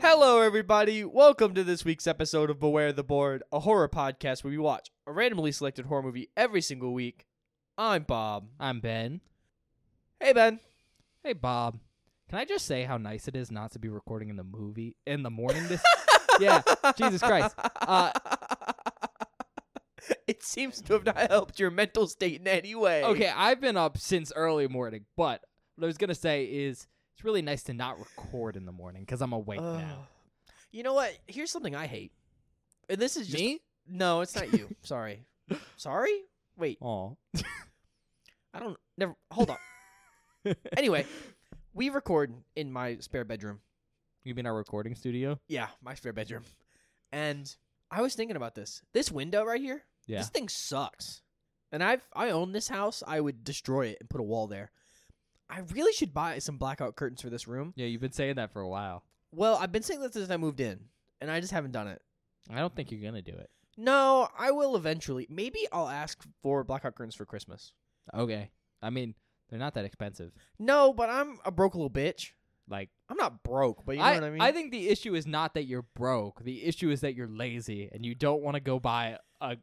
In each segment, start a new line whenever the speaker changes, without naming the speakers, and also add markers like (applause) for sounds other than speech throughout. Hello, everybody. Welcome to this week's episode of Beware the Board, a horror podcast where we watch a randomly selected horror movie every single week. I'm Bob.
I'm Ben.
Hey, Ben.
Hey, Bob. Can I just say how nice it is not to be recording in the movie in the morning? This yeah, Jesus Christ. Uh,
(laughs) it seems to have not helped your mental state in any way.
okay, I've been up since early morning, but what I was gonna say is it's really nice to not record in the morning because I'm awake
Ugh.
now.
You know what? Here's something I hate. And this is just.
Me?
No, it's not (laughs) you. Sorry. Sorry? Wait,
Oh,
I don't. Never. Hold (laughs) on. anyway, we record in my spare bedroom.
you mean our recording studio?
Yeah, my spare bedroom. And I was thinking about this. This window right here,
Yeah.
this thing sucks. And I've I own this house. I would destroy it and put a wall there. I really should buy some blackout curtains for this room.
yeah, you've been saying that for a while.
Well, I've been saying this since I moved in, and I just haven't done it.
I don't think you're gonna do it.
No, I will eventually. Maybe I'll ask for blackout curtains for Christmas.
Okay. I mean, they're not that expensive.
No, but I'm a broke little bitch.
Like,
I'm not broke, but you know
I,
what I mean.
I think the issue is not that you're broke. The issue is that you're lazy and you don't want to go buy a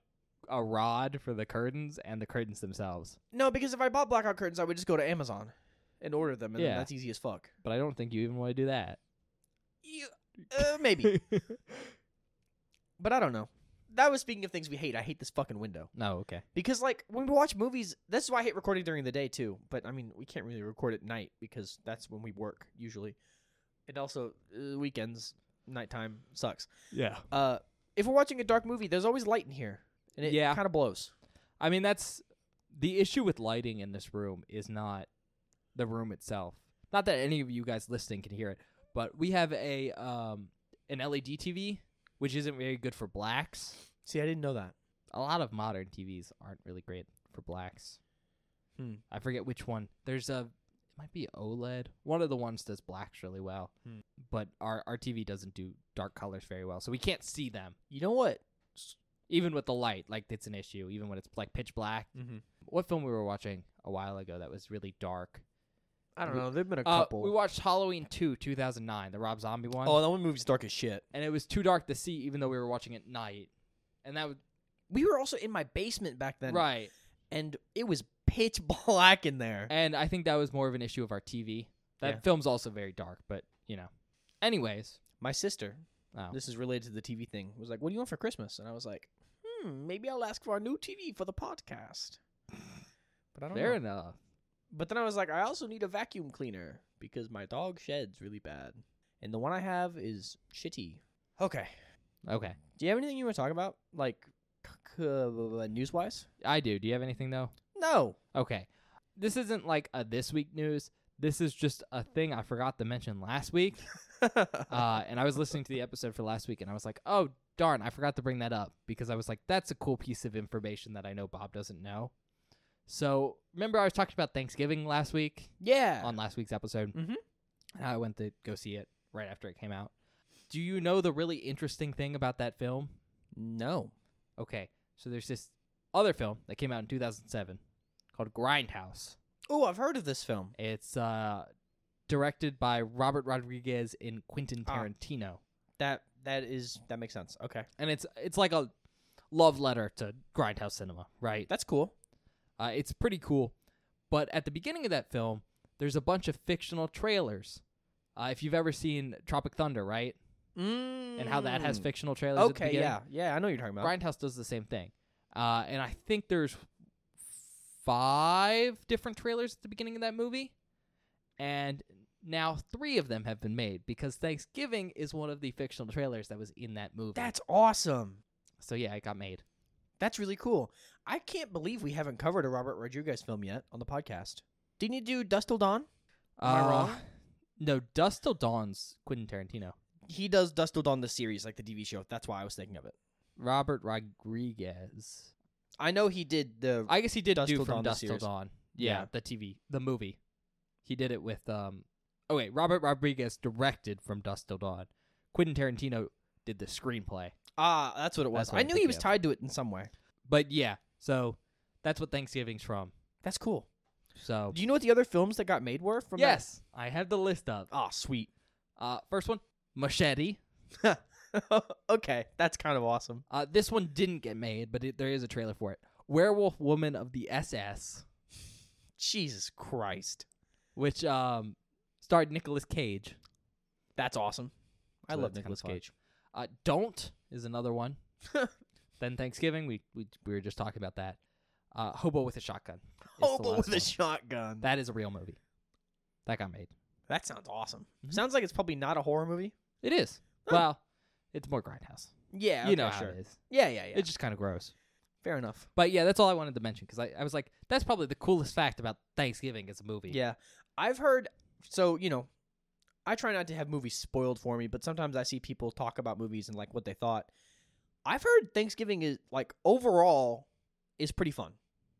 a rod for the curtains and the curtains themselves.
no, because if I bought blackout curtains, I would just go to Amazon and order them, and then
Yeah.
that's easy as fuck.
But I don't think you even want to do that.
(laughs)
(laughs)
You, uh, maybe. but I don't know. That was speaking of things we hate. I hate this fucking window
no, okay.
because, like, when we watch movies, this is why I hate recording during the day too. But I mean, we can't really record at night because that's when we work usually, and also uh, weekends, nighttime sucks.
Yeah.
Uh, if we're watching a dark movie, there's always light in here, and it
Yeah.
kind of blows.
I mean, that's the issue with lighting in this room is not the room itself. Not that any of you guys listening can hear it, but we have a um an LED TV which isn't very good for blacks.
See, I didn't know that.
a lot of modern TVs aren't really great for blacks.
Hmm.
I forget which one. There's a it might be OLED. One of the ones does blacks really well,
Hmm.
but our our TV doesn't do dark colors very well, so we can't see them
You know what?
even with the light. Like it's an issue, even when it's like pitch black.
Mm-hmm.
What film we were watching a while ago that was really dark?
I don't
We-
know. There've been a
Uh,
couple.
we watched Halloween two, two thousand nine, the Rob Zombie one,
oh, that one movie's dark as shit.
and it was too dark to see, even though we were watching at night. And that was
We were also in my basement back then,
right.
and it was pitch (laughs) black in there.
And I think that was more of an issue of our TV. That
Yeah.
film's also very dark, but you know. Anyways,
My sister,
oh,
this is related to the TV thing, was like, "What do you want for Christmas?" And I was like, "Hmm, maybe I'll ask for a new TV for the podcast." (sighs) But I don't
fair
know.
enough.
But then I was like, "I also need a vacuum cleaner because my dog sheds really bad, and the one I have is shitty." Okay.
Okay,
Do you have anything you want to talk about, like c- c- uh, news-wise?
I do. Do you have anything though?
No. (laughs)
Okay, this isn't like a this week news. This is just a thing I forgot to mention last
(laughs)
week. Uh, and I was listening to the episode for last week, and I was like, oh darn, I forgot to bring that up because I was like, that's a cool piece of information that I know Bob doesn't know. So remember, I was talking about Thanksgiving last week.
yeah.
on last week's episode.
Mhm.
And I went to go see it right after it came out. Do you know the really interesting thing about that film?
no.
Okay, so there's this other film that came out in 2007 called Grindhouse.
Oh, I've heard of this film.
It's uh, directed by Robert Rodriguez and Quentin
Ah.
Tarantino,
That that is that makes sense. Okay,
and it's it's like a love letter to Grindhouse cinema, right?
that's cool.
Uh, it's pretty cool. But at the beginning of that film, there's a bunch of fictional trailers. Uh, if you've ever seen Tropic Thunder, right?
Mm.
and how that has fictional trailers. at the
Okay,
beginning.
yeah, yeah, I know what you're talking about.
Grindhouse does the same thing, uh, and I think there's five different trailers at the beginning of that movie, and now three of them have been made because Thanksgiving is one of the fictional trailers that was in that movie.
That's awesome.
so yeah, it got made.
That's really cool. I can't believe we haven't covered a Robert Rodriguez film yet on the podcast. Didn't you do Dust Till Dawn? Am I wrong?
Uh, No, Dust Till Dawn's Quentin Tarantino.
He does Dust Till Dawn the series, like the TV show. That's why I was thinking of it.
Robert Rodriguez.
I know he did the.
I guess he did
Dust
do
Till
from
Dawn, the
Dust Till
series.
Dawn. Yeah,
Yeah.
the TV, the movie. He did it with um. Oh wait, Robert Rodriguez directed from Dust Till Dawn. Quentin Tarantino did the screenplay.
ah, that's what it
That's
was.
what
I
I'm
knew he
thinking
was
of.
tied to it in some way.
But yeah, so that's what Thanksgiving's from.
That's cool.
So
Do you know what the other films that got made were from? that?
yes, I have the list up.
Ah, sweet.
Uh, first one, Machete.
(laughs) okay, that's kind of awesome.
Uh, this one didn't get made, but it, there is a trailer for it. Werewolf Woman of the SS,
Jesus Christ,
which um, starred Nicolas Cage.
that's awesome. I
So
love
that's kinda
Nicolas
fun.
Cage.
Uh, Don't is another one. (laughs) then Thanksgiving, we, we we were just talking about that. Uh, Hobo with a Shotgun. is the
Oh, but
last
with
one.
a shotgun. That,
that is a real movie. That got made.
that sounds awesome.
Mhm.
Sounds like it's probably not a horror movie.
It is.
Oh.
Well, it's more grindhouse.
Yeah,
you
okay,
know how
sure.
it is.
Yeah, yeah, yeah.
It's just kind of gross.
Fair enough.
But yeah, that's all I wanted to mention because I, I was like, that's probably the coolest fact about Thanksgiving as a movie.
Yeah, I've heard. So you know, I try not to have movies spoiled for me, but sometimes I see people talk about movies and like what they thought. I've heard Thanksgiving is like overall is pretty fun.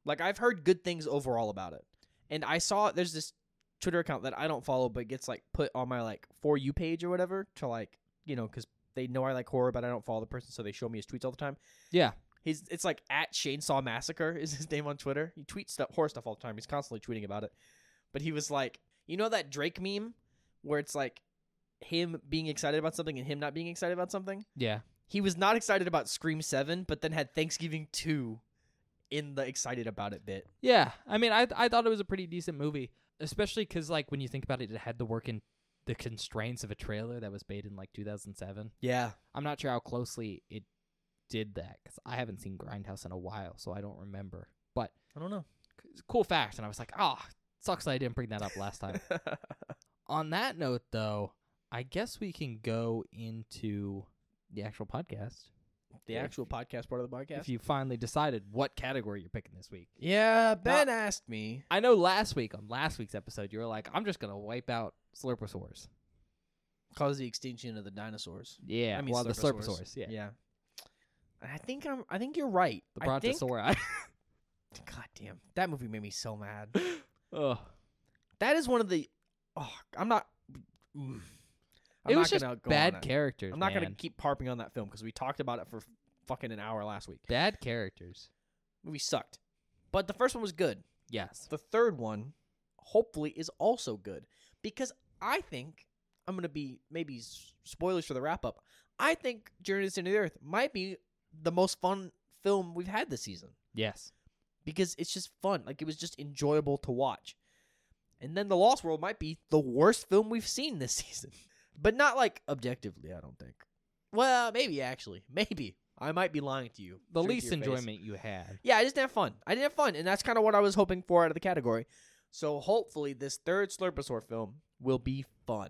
Like I've heard good things overall about it, and I saw there's this Twitter account that I don't follow, but gets like put on my like for you page or whatever to like you know because they know I like horror, but I don't follow the person, so they show me his tweets all the time.
Yeah.
He's it's like at Chainsaw Massacre is his name on Twitter. He tweets stuff, horror stuff all the time. He's constantly tweeting about it. But he was like, you know that Drake meme where it's like him being excited about something and him not being excited about something.
Yeah.
He was not excited about Scream Seven, but then had Thanksgiving Two in the excited about it bit.
Yeah. I mean, I, I thought it was a pretty decent movie, especially because, like, when you think about it, it had to work in the constraints of a trailer that was made in, like, 2007.
Yeah,
I'm not sure how closely it did that because I haven't seen Grindhouse in a while, so I don't remember. But
I (laughs) don't know.
c- cool fact. And I was like, ah, sucks that I didn't bring that up last time. (laughs) On that note, though, I guess we can go into the actual podcast.
the
If-
actual podcast part of the podcast.
If you finally decided what category you're picking this week.
yeah, Ben asked me.
I know last week on last week's episode, you were like, I'm just going to wipe out Slurposaurs.
Cause the extinction of the dinosaurs.
Yeah.
I mean,
well, the
Slurposaurs.
Slurposaurs. Yeah.
Yeah. I think I'm. I think you're right.
The
I think-
Brontosauri.
God damn, that movie made me so mad.
(laughs) Ugh.
That is one of the. Oh, I'm not. mm. I'm
it was
not
just
gonna go
bad
on it.
characters.
I'm not
man.
gonna keep harping on that film because we talked about it for fucking an hour last week.
Bad characters.
Movie sucked, but the first one was good.
Yes.
The third one, hopefully, is also good because I think I'm gonna be maybe s- spoilers for the wrap up. I think Journey to the Center of the Earth might be the most fun film we've had this season.
Yes.
because it's just fun. Like it was just enjoyable to watch. And then The Lost World might be the worst film we've seen this (laughs) season. But not like objectively, I don't think. Well, maybe actually. Maybe. I might be lying to you. Straight
The
to
least
your face.
enjoyment you had.
Yeah, I just didn't have fun. I didn't have fun, and that's kind of what I was hoping for out of the category. So hopefully, this third Slurposaur film will be fun.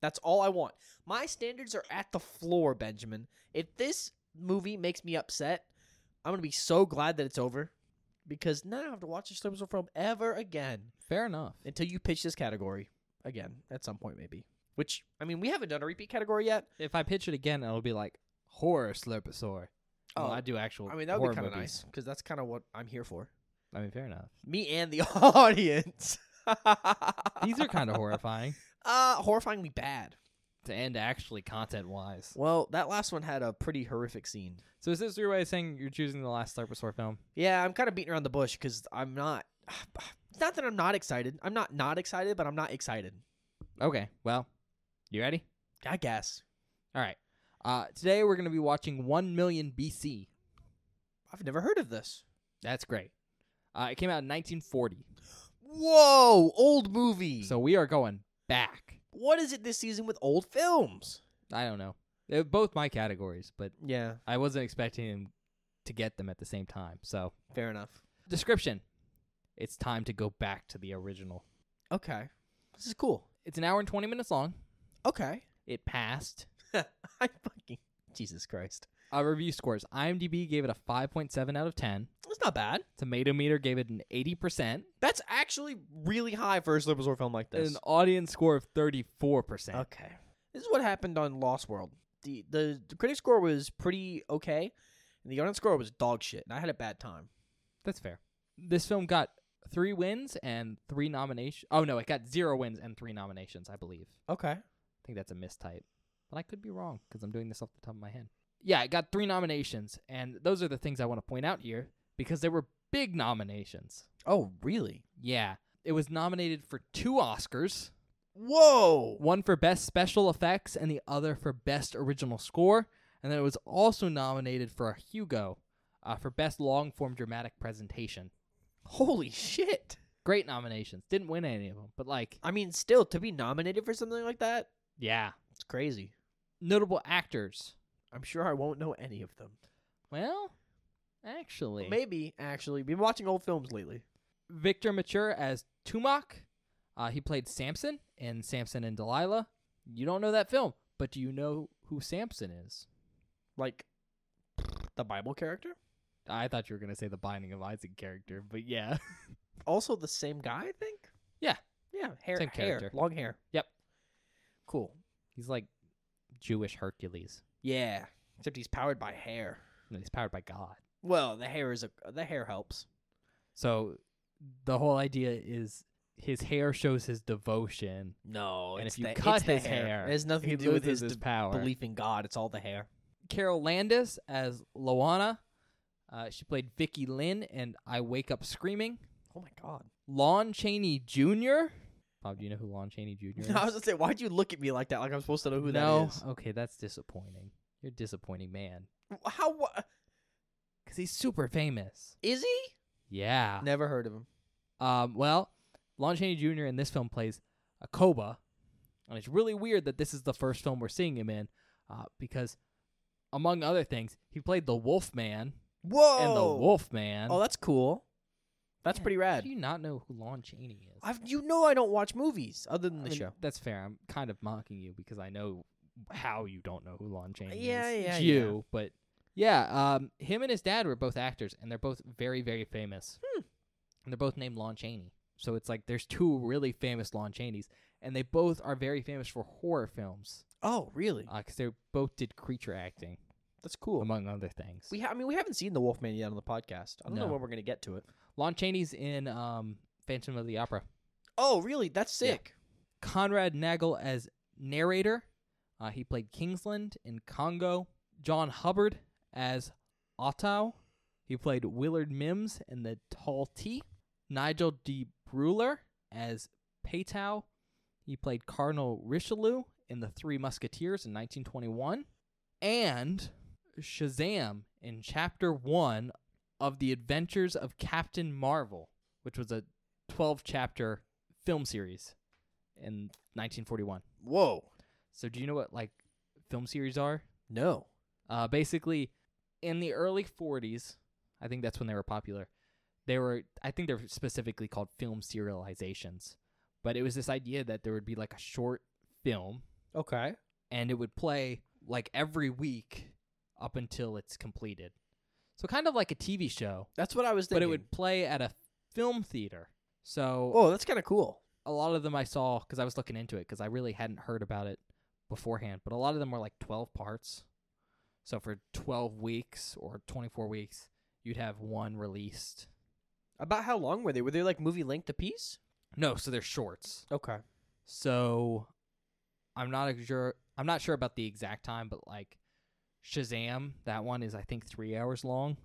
That's all I want. My standards are at the floor, Benjamin. If this movie makes me upset, I'm gonna be so glad that it's over because now I don't have to watch the Slurposaur film ever again
Fair enough.
until you pitch this category again at some point, maybe. Which I mean, we haven't done a repeat category yet.
If I pitch it again, it'll be like horror Slurposaur. Oh, I do actual.
Uh, I mean that would
horror
be kind of
movies.
nice because that's kind of what I'm here for.
I mean, fair enough.
me and the (laughs) audience.
These are kind of horrifying.
(laughs) uh, horrifyingly bad.
And actually, content wise.
Well, that last one had a pretty horrific scene.
So is this your way of saying you're choosing the last Slurposaur film?
Yeah, I'm kind of beating around the bush because I'm not. (sighs) It's not that I'm not excited. I'm not not excited, but I'm not excited.
Okay. Well, you ready?
I guess
All right. Uh, today we're gonna be watching One Million BC.
I've never heard of this.
That's great. Uh, it came out in 1940.
Whoa, old movie.
So we are going back.
what is it this season with old films?
I don't know. They're both my categories, but
Yeah,
I wasn't expecting him to get them at the same time. So
fair enough.
description. It's time to go back to the original.
Okay, this is cool.
It's an hour and 20 minutes long.
Okay, (laughs)
It passed.
I fucking Jesus Christ.
Uh, review scores. IMDb gave it a 5.7 out of 10.
That's not bad.
Tomato meter gave it an 80%.
That's actually really high for a Slippersor film like this.
An audience score of 34%.
Okay. This is what happened on Lost World. The the, the critic score was pretty okay, and the audience score was dog shit, and I had a bad time.
That's fair. This film got three wins and three nominations. Oh, no, it got zero wins and three nominations, I believe.
Okay.
I think that's a mistype, but I could be wrong because I'm doing this off the top of my head. Yeah, it got three nominations, and those are the things I want to point out here because they were big nominations.
Oh, really?
Yeah, it was nominated for two Oscars
Whoa.
one for best special effects and the other for best original score and then it was also nominated for a hugo uh, for best long form dramatic presentation
Holy shit.
great nominations didn't win any of them but like
I mean, still to be nominated for something like that,
yeah
it's crazy.
notable actors
I'm sure I won't know any of them.
well actually
Maybe actually, been watching old films lately.
victor mature as tumak uh, he played samson in samson and delilah you don't know that film but do you know who samson is
Like the Bible character,
i thought you were going to say the binding of isaac character but yeah (laughs)
also the same guy, I think.
Yeah.
Yeah, hair,
Same
hair,
character.
long hair.
Yep.
Cool.
He's like Jewish Hercules.
Yeah, except he's powered by hair.
No, he's powered by God.
Well, the hair is a the hair helps.
So the whole idea is his hair shows his devotion.
No,
and
it's
if you
the,
cut
it's the
his
hair.
hair,
it has nothing
he
to do with
loses
his,
his
d-
power.
belief in God. It's all the hair.
Carol Landis as Loana. Uh, she played Vicky Lynn and I Wake Up Screaming.
Oh my
(laughs)
God.
Lon Chaney Jr. Bob, do you know who Lon
(laughs)
Chaney Jr. is?
I was gonna say, why'd you look at me like that? Like I'm supposed to know who
no.
that is?
Okay, that's disappointing. You're a disappointing man.
How wha-
Because he's super famous.
is he?
Yeah.
Never heard of him.
Um, well, Lon Chaney Jr. in this film plays a Koba, and it's really weird that this is the first film we're seeing him in, uh, because among other things, he played the Wolfman
Whoa.
and the Wolfman.
Oh, that's cool. That's
Yeah,
pretty
How
rad.
do you not know who Lon Chaney is?
I've, you know I don't watch movies other than
I
the
mean,
show.
That's fair. I'm kind of mocking you because I know how you don't know who Lon Chaney
Yeah,
is.
yeah,
It's
yeah.
you, but yeah, um, him and his dad were both actors, and they're both very, very famous.
Hmm.
And they're both named Lon Chaney. So it's like there's two really famous Lon Chaneys, and they both are very famous for horror films
Oh, really?
because they both did creature acting,
That's cool.
among other things.
We ha- I mean, we haven't seen the Wolfman yet on the podcast. I don't know
No.
when we're gonna get to it.
Lon Chaney's in um, Phantom of the Opera.
Oh, really? That's
Yeah.
sick.
Conrad Nagel as narrator. Uh, he played Kingsland in Congo. John Hubbard as Otto. He played Willard Mims in The Tall T. Nigel D. Bruler as Paytow. He played Cardinal Richelieu in The Three Musketeers in 1921. And Shazam in Chapter 1 of The Adventures of Captain Marvel, which was a 12 chapter film series in 1941.
Whoa.
So do you know what like film series are?
No.
Uh, basically, in the early 40s, I think that's when they were popular. They were, I think they're specifically called film serializations. But it was this idea that there would be like a short film,
Okay.
and it would play like every week up until it's completed. So kind of like a TV show,
That's what I was thinking.
but it would play at a film theater. So
Oh, that's kind of cool.
a lot of them I saw because I was looking into it because I really hadn't heard about it beforehand. But a lot of them were like 12 parts. So for 12 weeks or 24 weeks, you'd have one released.
About how long were they? Were they like movie length a piece?
No, so they're shorts.
Okay.
So I'm not ex- sure. I'm not sure about the exact time, but like Shazam, that one is I think three hours long,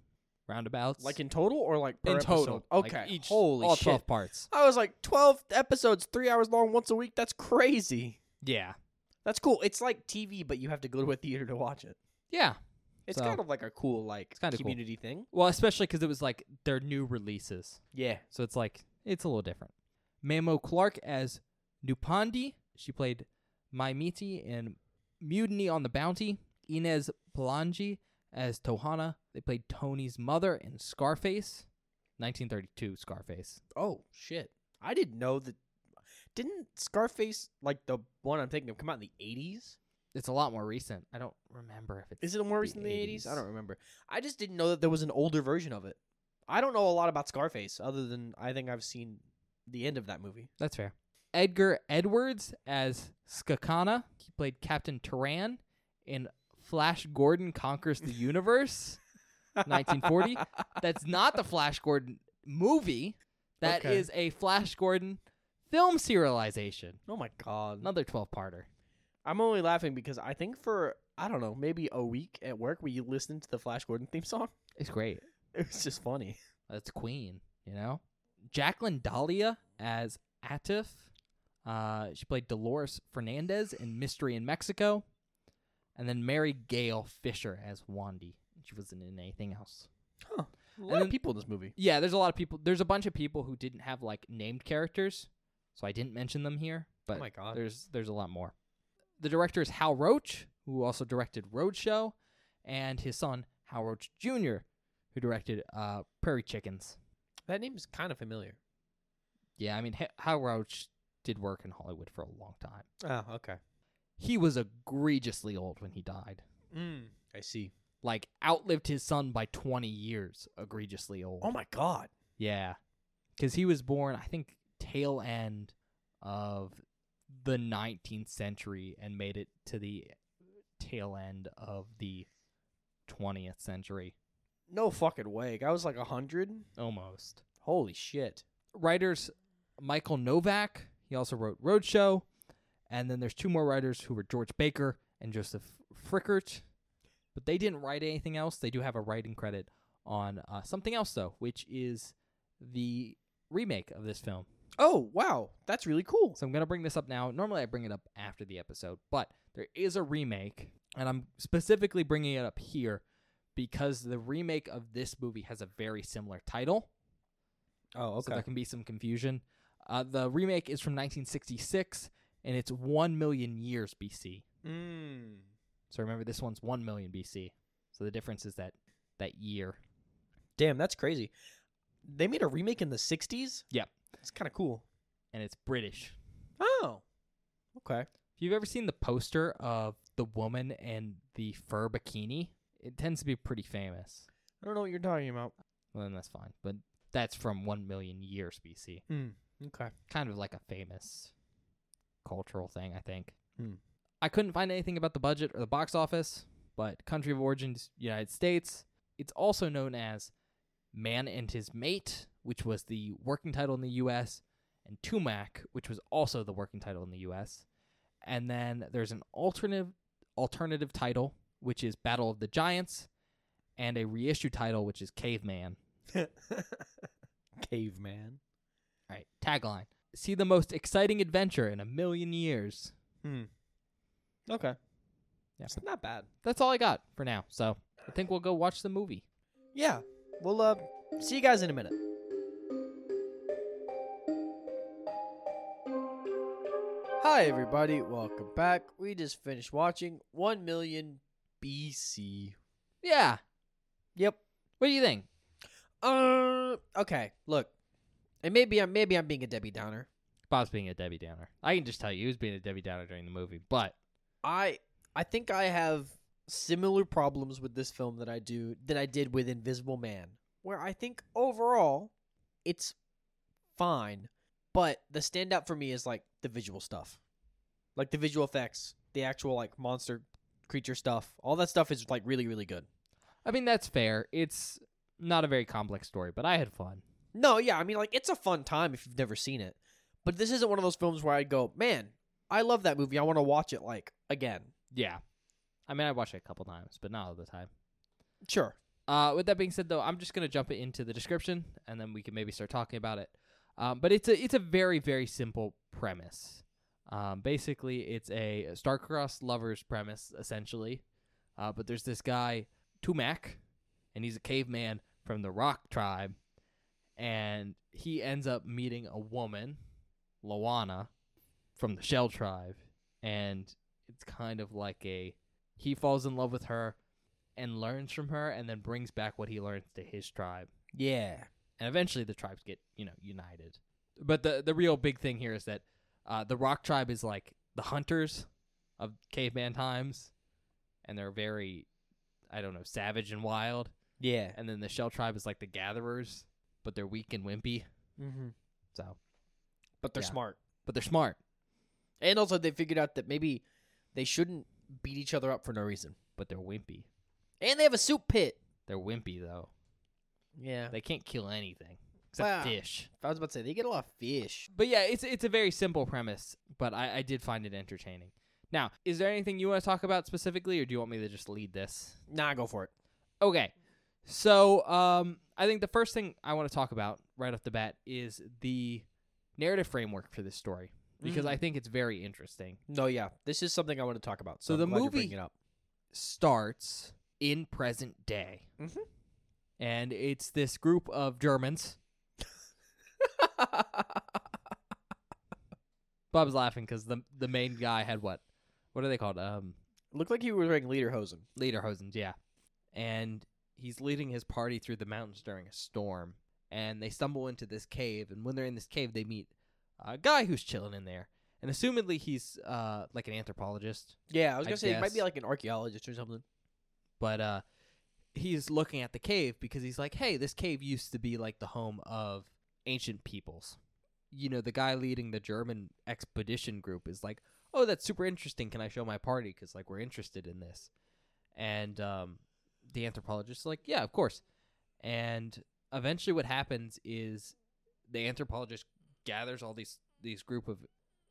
roundabouts.
Like in total or like per
in total.
episode?
like,
Okay.
each
Holy
all
shit.
12 parts.
I was like 12 episodes, 3 hours long once a week. That's crazy.
Yeah,
That's cool. It's like TV but you have to go to a theater to watch it.
yeah.
It's
So-
kind of like a cool like
It's kinda cool.
community thing.
Well, especially because it was like their new releases.
Yeah.
So it's like it's a little different. Mamo Clark as Nupandi. She played Maimiti in Mutiny on the Bounty. Inez Palangi as Tohana. They played Tony's mother in Scarface. 1932 Scarface.
Oh shit. I didn't know that didn't Scarface like the one I'm thinking of come out in the 80s?
It's a lot more recent. I don't remember if it's
Is it more
the
recent than the 80s? I
80s.
don't remember. I just didn't know that there was an older version of it. I don't know a lot about Scarface other than I think I've seen the end of that movie.
That's fair. Edgar Edwards as Skakana. He played Captain Turan in Flash Gordon Conquers the Universe, 1940. That's not the Flash Gordon movie. That
Okay.
is a Flash Gordon film serialization.
Oh my god.
Another 12 parter.
I'm only laughing because I think for I don't know, maybe a week at work we listened to the Flash Gordon theme song. (laughs)
It's great.
It was just funny.
That's Queen, you know? Jacqueline Dahlia as Atif. Uh, she played Dolores Fernandez in Mystery in Mexico, and then Mary Gail Fisher as Wandy. She wasn't in anything else.
A
And
lot
then-
of people in this movie.
Yeah, there's a lot of people. There's a bunch of people who didn't have like named characters, so I didn't mention them here. But
oh my god.
there's there's a lot more. The director is Hal Roach, who also directed Roadshow, and his son Hal Roach Jr., who directed uh, Prairie Chickens.
That name is kind of familiar.
Yeah, I mean Ha- Hal Roach did work in Hollywood for a long time.
Oh, okay.
He was egregiously old when he died.
Mm. I see.
Like outlived his son by 20 years. Egregiously old.
Oh my god.
Yeah. Because he was born, I think, tail end of the 19th century and made it to the tail end of the 20th century
No fucking way. I was like a hundred.
almost.
Holy shit.
Writers Michael Novak, he also wrote Roadshow. And then there's two more writers who were George Baker and Joseph Frickert. But they didn't write anything else. They do have a writing credit on uh, something else, though, which is the remake of this film.
Oh wow, that's really cool.
So I'm going to bring this up now. Normally I bring it up after the episode, but there is a remake, and I'm specifically bringing it up here because the remake of this movie has a very similar title.
Oh
So there can be some confusion. Uh, the remake is from 1966, and it's 1 million years BC.
Mm.
So remember, this one's 1 million BC. So the difference is that that year.
Damn, that's crazy. They made a remake in the '60s.
Yep.
it's kind of cool.
And it's British.
Oh, okay.
If you've ever seen the poster of the woman and the fur bikini, it tends to be pretty famous.
I don't know what you're talking about.
Well, then that's fine. But that's from 1 million years BC.
Mm. Okay.
Kind of like a famous cultural thing, I think.
Hmm.
I couldn't find anything about the budget or the box office, but country of origin is United States. It's also known as Man and His Mate, which was the working title in the US, and Tumac, which was also the working title in the US. And then there's an alternative alternative title, which is Battle of the Giants, and a reissue title, which is Caveman.
(laughs) Caveman.
All right, tagline. See the most exciting adventure in a million years.
Hmm. Okay.
Yeah.
It's not bad.
That's all I got for now. So I think we'll go watch the movie.
Yeah. We'll uh, see you guys in a minute. Hi, everybody. Welcome back. We just finished watching 1 million BC.
Yeah.
Yep.
What do you think?
Uh, okay. Look, and maybe I'm maybe I'm being a Debbie Downer.
Bob's being a Debbie Downer. I can just tell you he was being a Debbie Downer during the movie, but
I I think I have similar problems with this film that I do that I did with Invisible Man, where I think overall it's fine, but the standout for me is like the visual stuff. Like the visual effects, the actual like monster creature stuff. All that stuff is like really really good.
I mean that's fair. It's not a very complex story, but I had fun.
No, yeah, I mean like it's a fun time if you've never seen it. But this isn't one of those films where I go, "Man, I love that movie. I want to watch it like again."
Yeah. I mean I watched it a couple times, but not all the time.
Sure.
Uh, with that being said, though, I'm just gonna jump it into the description, and then we can maybe start talking about it. Um, but it's a it's a very very simple premise. Um, basically, it's a star-crossed lovers premise essentially. Uh, but there's this guy Tumac, and he's a caveman from the Rock tribe, and he ends up meeting a woman, Loana, from the Shell tribe, and it's kind of like a he falls in love with her and learns from her and then brings back what he learns to his tribe.
Yeah.
And eventually the tribes get, you know, united. But the the real big thing here is that uh, the rock tribe is like the hunters of caveman times and they're very I don't know, savage and wild.
Yeah.
And then the shell tribe is like the gatherers, but they're weak and wimpy.
Mhm.
So,
But they're
Yeah.
smart.
but they're smart,
And also, they figured out that maybe they shouldn't beat each other up for no reason.
but they're wimpy.
And they have a soup pit.
They're wimpy though.
Yeah.
They can't kill anything except
Wow.
fish.
I was about to say, they get a lot of fish.
But yeah, it's it's a very simple premise, but I, I did find it entertaining. Now, is there anything you want to talk about specifically, or do you want me to just lead this?
Nah, go for it.
Okay. So, um, I think the first thing I want to talk about right off the bat is the narrative framework for this story. because
Mm.
I think it's very interesting.
No, yeah, this is something I want to talk about. So,
So the
I'm glad you're
movie-
bringing it up.
Starts in present day,
Mhm.
and it's this group of Germans. Bob's laughing because the the main guy had what? What are they called? Um,
Looked like he was wearing lederhosen.
Lederhosen, yeah. And he's leading his party through the mountains during a storm. And they stumble into this cave. And when they're in this cave, they meet a guy who's chilling in there. And assumedly, he's uh, like an anthropologist.
Yeah, I was
I
gonna say it might be
guess.
like an archaeologist or something.
But uh, he's looking at the cave because he's like, hey, this cave used to be like the home of ancient peoples. You know, the guy leading the German expedition group is like, oh, that's super interesting. Can I show my party? Because, like, we're interested in this. And um, the anthropologist is like, yeah, of course. And eventually, what happens is the anthropologist gathers all these these group of,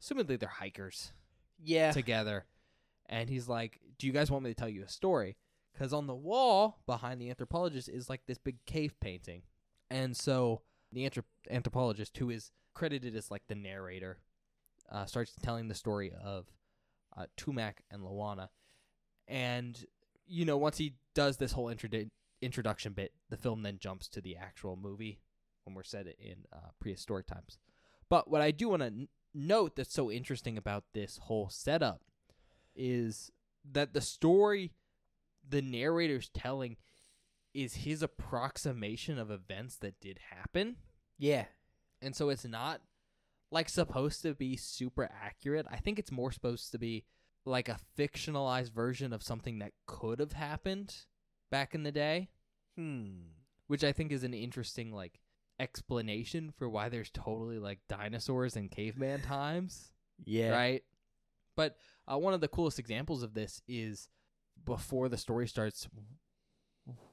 assumedly they're hikers,
Yeah,
together. And he's like, Do you guys want me to tell you a story? Because on the wall behind the anthropologist is like this big cave painting. And so the anthrop- anthropologist, who is credited as like the narrator, uh, starts telling the story of uh, Tumac and Lawana. And, you know, once he does this whole introdu- introduction bit, the film then jumps to the actual movie when we're set in uh, prehistoric times. But what I do want to note that's so interesting about this whole setup is that the story the narrator's telling is his approximation of events that did happen.
yeah,
And so it's not like supposed to be super accurate. I think it's more supposed to be like a fictionalized version of something that could have happened back in the day
hmm,
which I think is an interesting like explanation for why there's totally like dinosaurs and caveman (laughs) times,
yeah,
right? But uh, one of the coolest examples of this is before the story starts,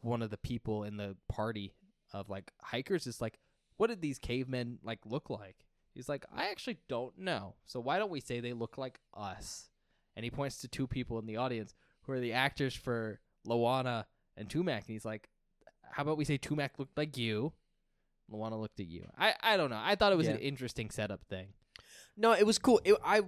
one of the people in the party of like hikers is like, "What did these cavemen like look like?" He's like, "I actually don't know. So why don't we say they look like us?" And he points to two people in the audience who are the actors for Loana and Tumac, and he's like, "How about we say Tumac looked like you?" Loana looked at you. I, I don't know. I thought it was an
Yeah.
interesting setup thing.
No, it was cool. It, I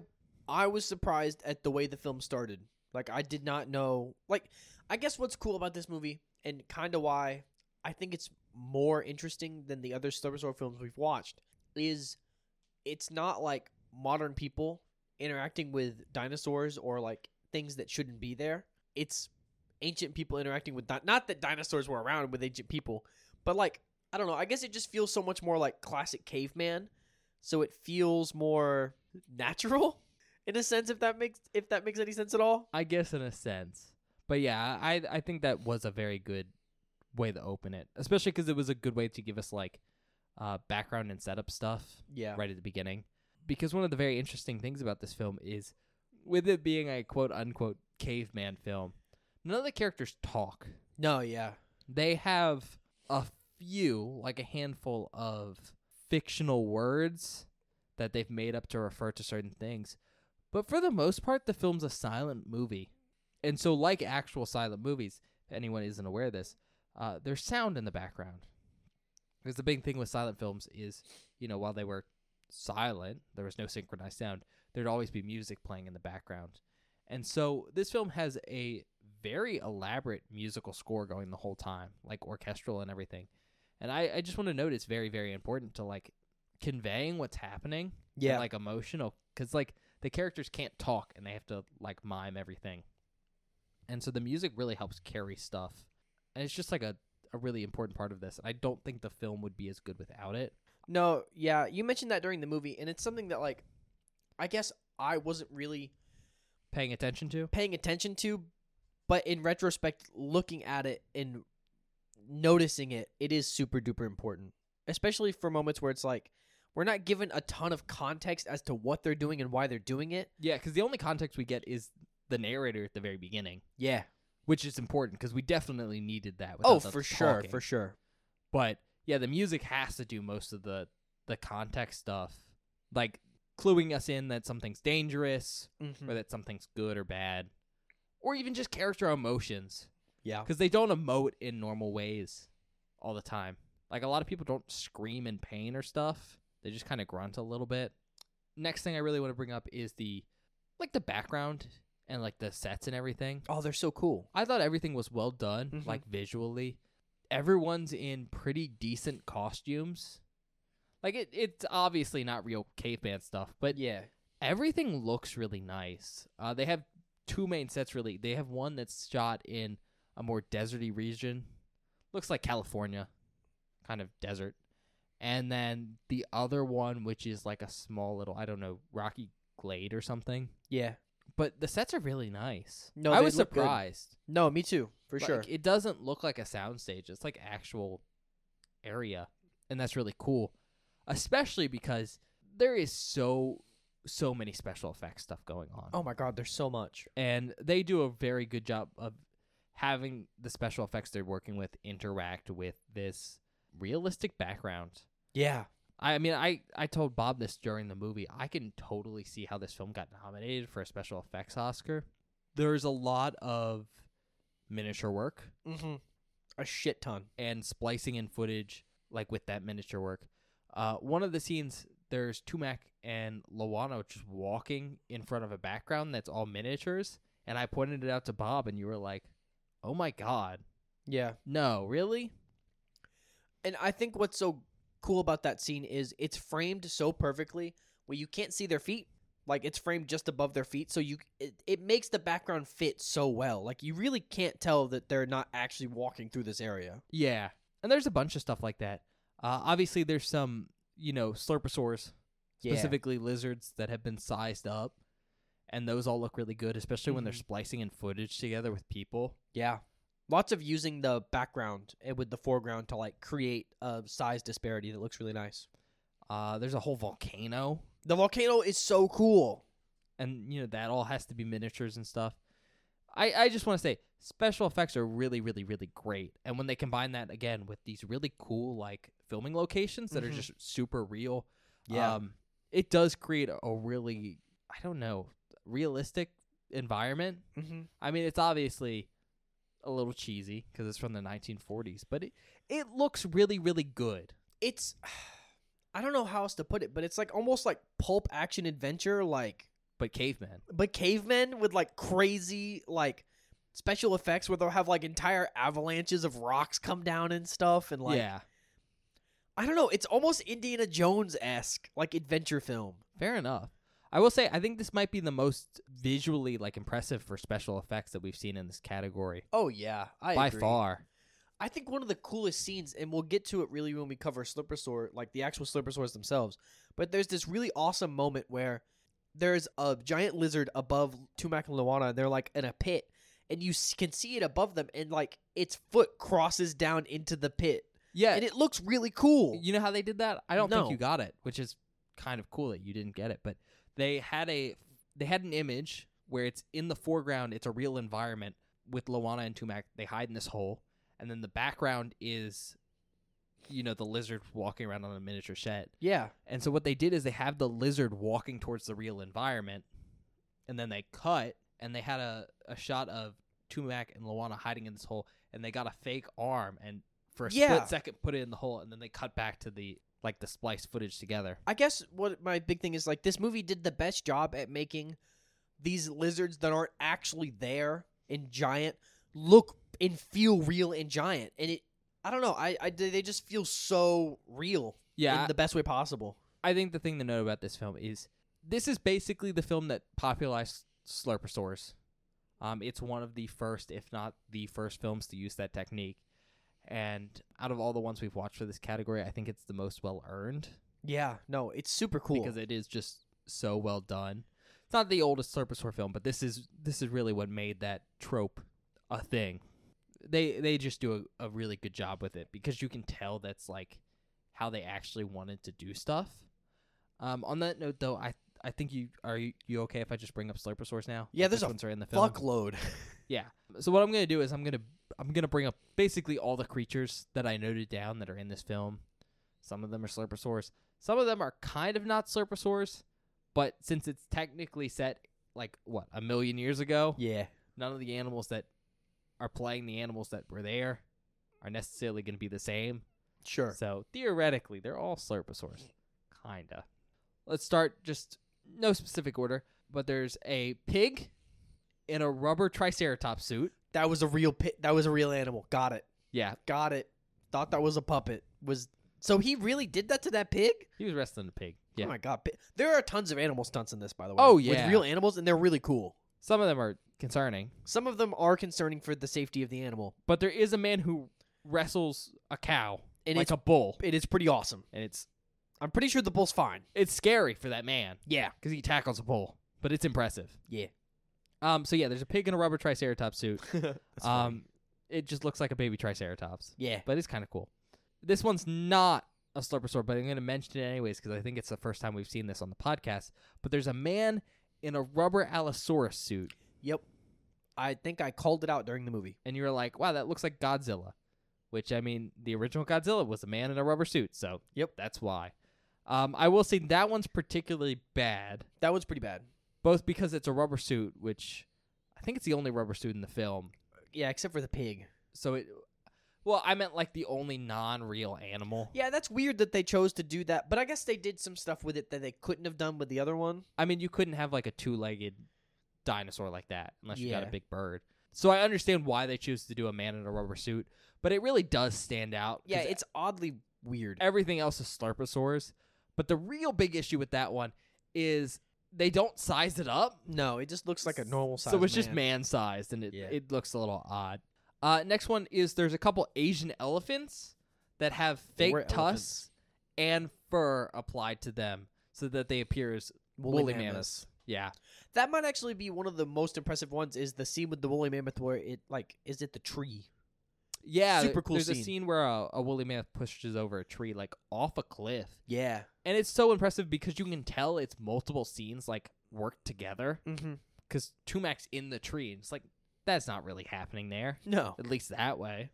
I was surprised at the way the film started. Like I did not know. Like I guess what's cool about this movie and kind of why I think it's more interesting than the other Slumberstorm films we've watched is it's not like modern people interacting with dinosaurs or like things that shouldn't be there. It's ancient people interacting with di- not that dinosaurs were around with ancient people, but like I don't know. I guess it just feels so much more like classic caveman so it feels more natural (laughs) in a sense if that makes if that makes any sense at all
I guess in a sense. But yeah, I I think that was a very good way to open it, especially because it was a good way to give us like uh, background and setup stuff
yeah
right at the beginning. Because one of the very interesting things about this film is, with it being a quote unquote caveman film, none of the characters talk.
no yeah
They have a few, like a handful of fictional words that they've made up to refer to certain things. But for the most part, the film's a silent movie. And so, like actual silent movies, if anyone isn't aware of this, uh, there's sound in the background. Because the big thing with silent films is, you know, while they were silent, there was no synchronized sound, there'd always be music playing in the background. And so, this film has a very elaborate musical score going the whole time, like orchestral and everything. And I, I just want to note it's very, very important to like conveying what's happening yeah.
yeah
like emotional because like the characters can't talk and they have to like mime everything and so the music really helps carry stuff and it's just like a, a really important part of this i don't think the film would be as good without it
no yeah you mentioned that during the movie and it's something that like i guess i wasn't really
paying attention to
paying attention to but in retrospect looking at it and noticing it it is super duper important especially for moments where it's like we're not given a ton of context as to what they're doing and why they're doing it
yeah because the only context we get is the narrator at the very beginning
yeah
which is important because we definitely needed that
oh
without the
for sure
talking.
for sure
But yeah, the music has to do most of the the context stuff, like cluing us in that something's dangerous
Mhm.
or that something's good or bad, or even just character emotions
yeah
because they don't emote in normal ways all the time. Like a lot of people don't scream in pain or stuff; they just kind of grunt a little bit. next thing I really want to bring up is the like the background and like the sets and everything.
Oh, they're so cool.
I thought everything was well done,
Mhm.
like visually. Everyone's in pretty decent costumes. Like it, it's obviously not real caveman stuff, but
yeah.
everything looks really nice. Uh, they have two main sets really. They have one that's shot in a more deserty region, looks like California, kind of desert, and then the other one which is like a small little I don't know rocky glade or something.
Yeah.
But the sets are really nice.
No,
I
they
was
look good.
surprised
No, me too, for
like,
sure.
It doesn't look like a soundstage. It's like actual area, and that's really cool, especially because there is so so many special effects stuff going on,
Oh my god, there's so much.
and they do a very good job of having the special effects they're working with interact with this realistic background.
Yeah.
I mean, I, I told Bob this during the movie. I can totally see how this film got nominated for a special effects Oscar. There's a lot of miniature work.
Mm-hmm. A shit ton.
and splicing in footage like with that miniature work. Uh, one of the scenes there's Tumac and Lawano just walking in front of a background that's all miniatures, and I pointed it out to Bob, and you were like, "Oh my god,
Yeah.
no, really?
And I think what's so cool about that scene is it's framed so perfectly where you can't see their feet. Like it's framed just above their feet, so you it, it makes the background fit so well. Like you really can't tell that they're not actually walking through this area.
Yeah." And there's a bunch of stuff like that. Uh, obviously, there's some you know slurposaurs, specifically lizards that have been sized up, and those all look really good, especially when they're
Mhm.
splicing in footage together with people.
Yeah. Lots of using the background and with the foreground to like create a size disparity that looks really nice.
Uh, there's a whole volcano
The volcano is so cool.
and you know that all has to be miniatures and stuff. I I just want to say special effects are really really really great, and when they combine that again with these really cool like filming locations that
Mhm.
are just super real,
Yeah.
um, it does create a, a really I don't know realistic environment.
mm-hmm.
I mean, it's obviously a little cheesy because it's from the 1940s, but it it looks really really good.
It's (sighs) I don't know how else to put it, but it's like almost like pulp action adventure like
But caveman,
but cavemen with like crazy like special effects where they'll have like entire avalanches of rocks come down and stuff and like
yeah,
I don't know, it's almost Indiana Jones esque like adventure film.
Fair enough. I will say I think this might be the most visually like impressive for special effects that we've seen in this category
Oh yeah, I
by
agree.
far.
I think one of the coolest scenes, and we'll get to it really when we cover slipper sore, like the actual slipper sores themselves. But there's this really awesome moment where there's a giant lizard above Tumac and Luana, and they're like in a pit, and you s- can see it above them, and like its foot crosses down into the pit,
Yeah.
and it looks really cool.
you know how they did that? I don't
No.
think you got it, which is kind of cool that you didn't get it, but they had a they had an image where it's in the foreground, it's a real environment with Loana and Tumac. They hide in this hole, and then the background is you know, the lizard walking around on a miniature set.
Yeah,
And so what they did is they have the lizard walking towards the real environment, and then they cut, and they had a, a shot of Tumac and Luana hiding in this hole, and they got a fake arm, and for a
Yeah.
split second put it in the hole, and then they cut back to the like the spliced footage together.
I guess what my big thing is like this movie did the best job at making these lizards that aren't actually there and giant look and feel real and giant. And it, I don't know, I, I they just feel so real
Yeah,
in the best way possible.
I think the thing to note about this film is this is basically the film that popularized slurposaurs. Um, it's one of the first, if not the first, films to use that technique. And out of all the ones we've watched for this category, I think it's the most well earned.
Yeah, no, it's super cool.
because it is just so well done. It's not the oldest Slurposaur film, but this is this is really what made that trope a thing. They they just do a, a really good job with it because you can tell that's like how they actually wanted to do stuff. Um, on that note, though, I I think you are you, you okay if I just bring up Slurposaurs now?
Yeah,
Like,
there's
which
a
ones are in the film. (laughs)
Fuckload.
Yeah. So what I'm gonna do is I'm gonna I'm gonna bring up basically all the creatures that I noted down that are in this film. Some of them are slurposaurs. Some of them are kind of not slurposaurs, but since it's technically set like what a million years ago,
yeah.
none of the animals that are playing the animals that were there are necessarily going to be the same.
Sure.
So theoretically, they're all slurposaurs, kinda. Let's start just no specific order, but there's a pig in a rubber triceratops suit.
That was a real pit. That was a real animal. Got it.
Yeah,
Got it. Thought that was a puppet. Was so he really did that to that pig?
he was wrestling a pig. Yeah,
Oh my god. Pi- There are tons of animal stunts in this, by the way.
Oh,
With
yeah.
real animals, and they're really cool.
some of them are concerning,
Some of them are concerning for the safety of the animal,
but there is a man who wrestles a cow
and
like
it's
a bull,
it is pretty awesome.
and it's
I'm pretty sure the bull's fine.
it's scary for that man (laughs)
Yeah.
because he tackles a bull, but it's impressive.
Yeah.
Um. So yeah, there's a pig in a rubber triceratops suit.
um.
um. It just looks like a baby triceratops,
Yeah.
but it's kind of cool. This one's not a slurposaur, but I'm going to mention it anyways because I think it's the first time we've seen this on the podcast. But there's a man in a rubber allosaurus suit,
Yep. I think I called it out during the movie.
and you're like, wow, that looks like Godzilla. Which I mean, the original Godzilla was a man in a rubber suit, so
Yep.
that's why. Um, I will say that one's particularly bad.
That one's pretty bad.
both because it's a rubber suit, which I think it's the only rubber suit in the film.
Yeah, except for the pig.
So it, well, I meant like the only non-real animal.
(laughs) Yeah, that's weird that they chose to do that, but I guess they did some stuff with it that they couldn't have done with the other one.
I mean, you couldn't have like a two-legged dinosaur like that unless you got
Yeah.
a big bird. So I understand why they choose to do a man in a rubber suit, but it really does stand out.
Yeah,
'cause
it's oddly weird.
everything else is slurposaurs, but the real big issue with that one is they don't size it up.
No, it just looks like a normal size.
So it's just man sized and it,
Yeah.
it looks a little odd. Uh, next one is there's a couple Asian elephants that have
They
fake
were
tusks
elephants.
and fur applied to them so that they appear as woolly, mammoths. Yeah.
That might actually be one of the most impressive ones. Is the scene with the woolly mammoth where it like is it the tree?
Yeah.
Super
there-
cool
There's
scene.
a scene where a, a woolly mammoth pushes over a tree, like off a cliff.
Yeah.
And it's so impressive because you can tell it's multiple scenes like worked together
Mm-hmm.
because Tumak's in the tree and it's like, that's not really happening there,
No.
at least that way.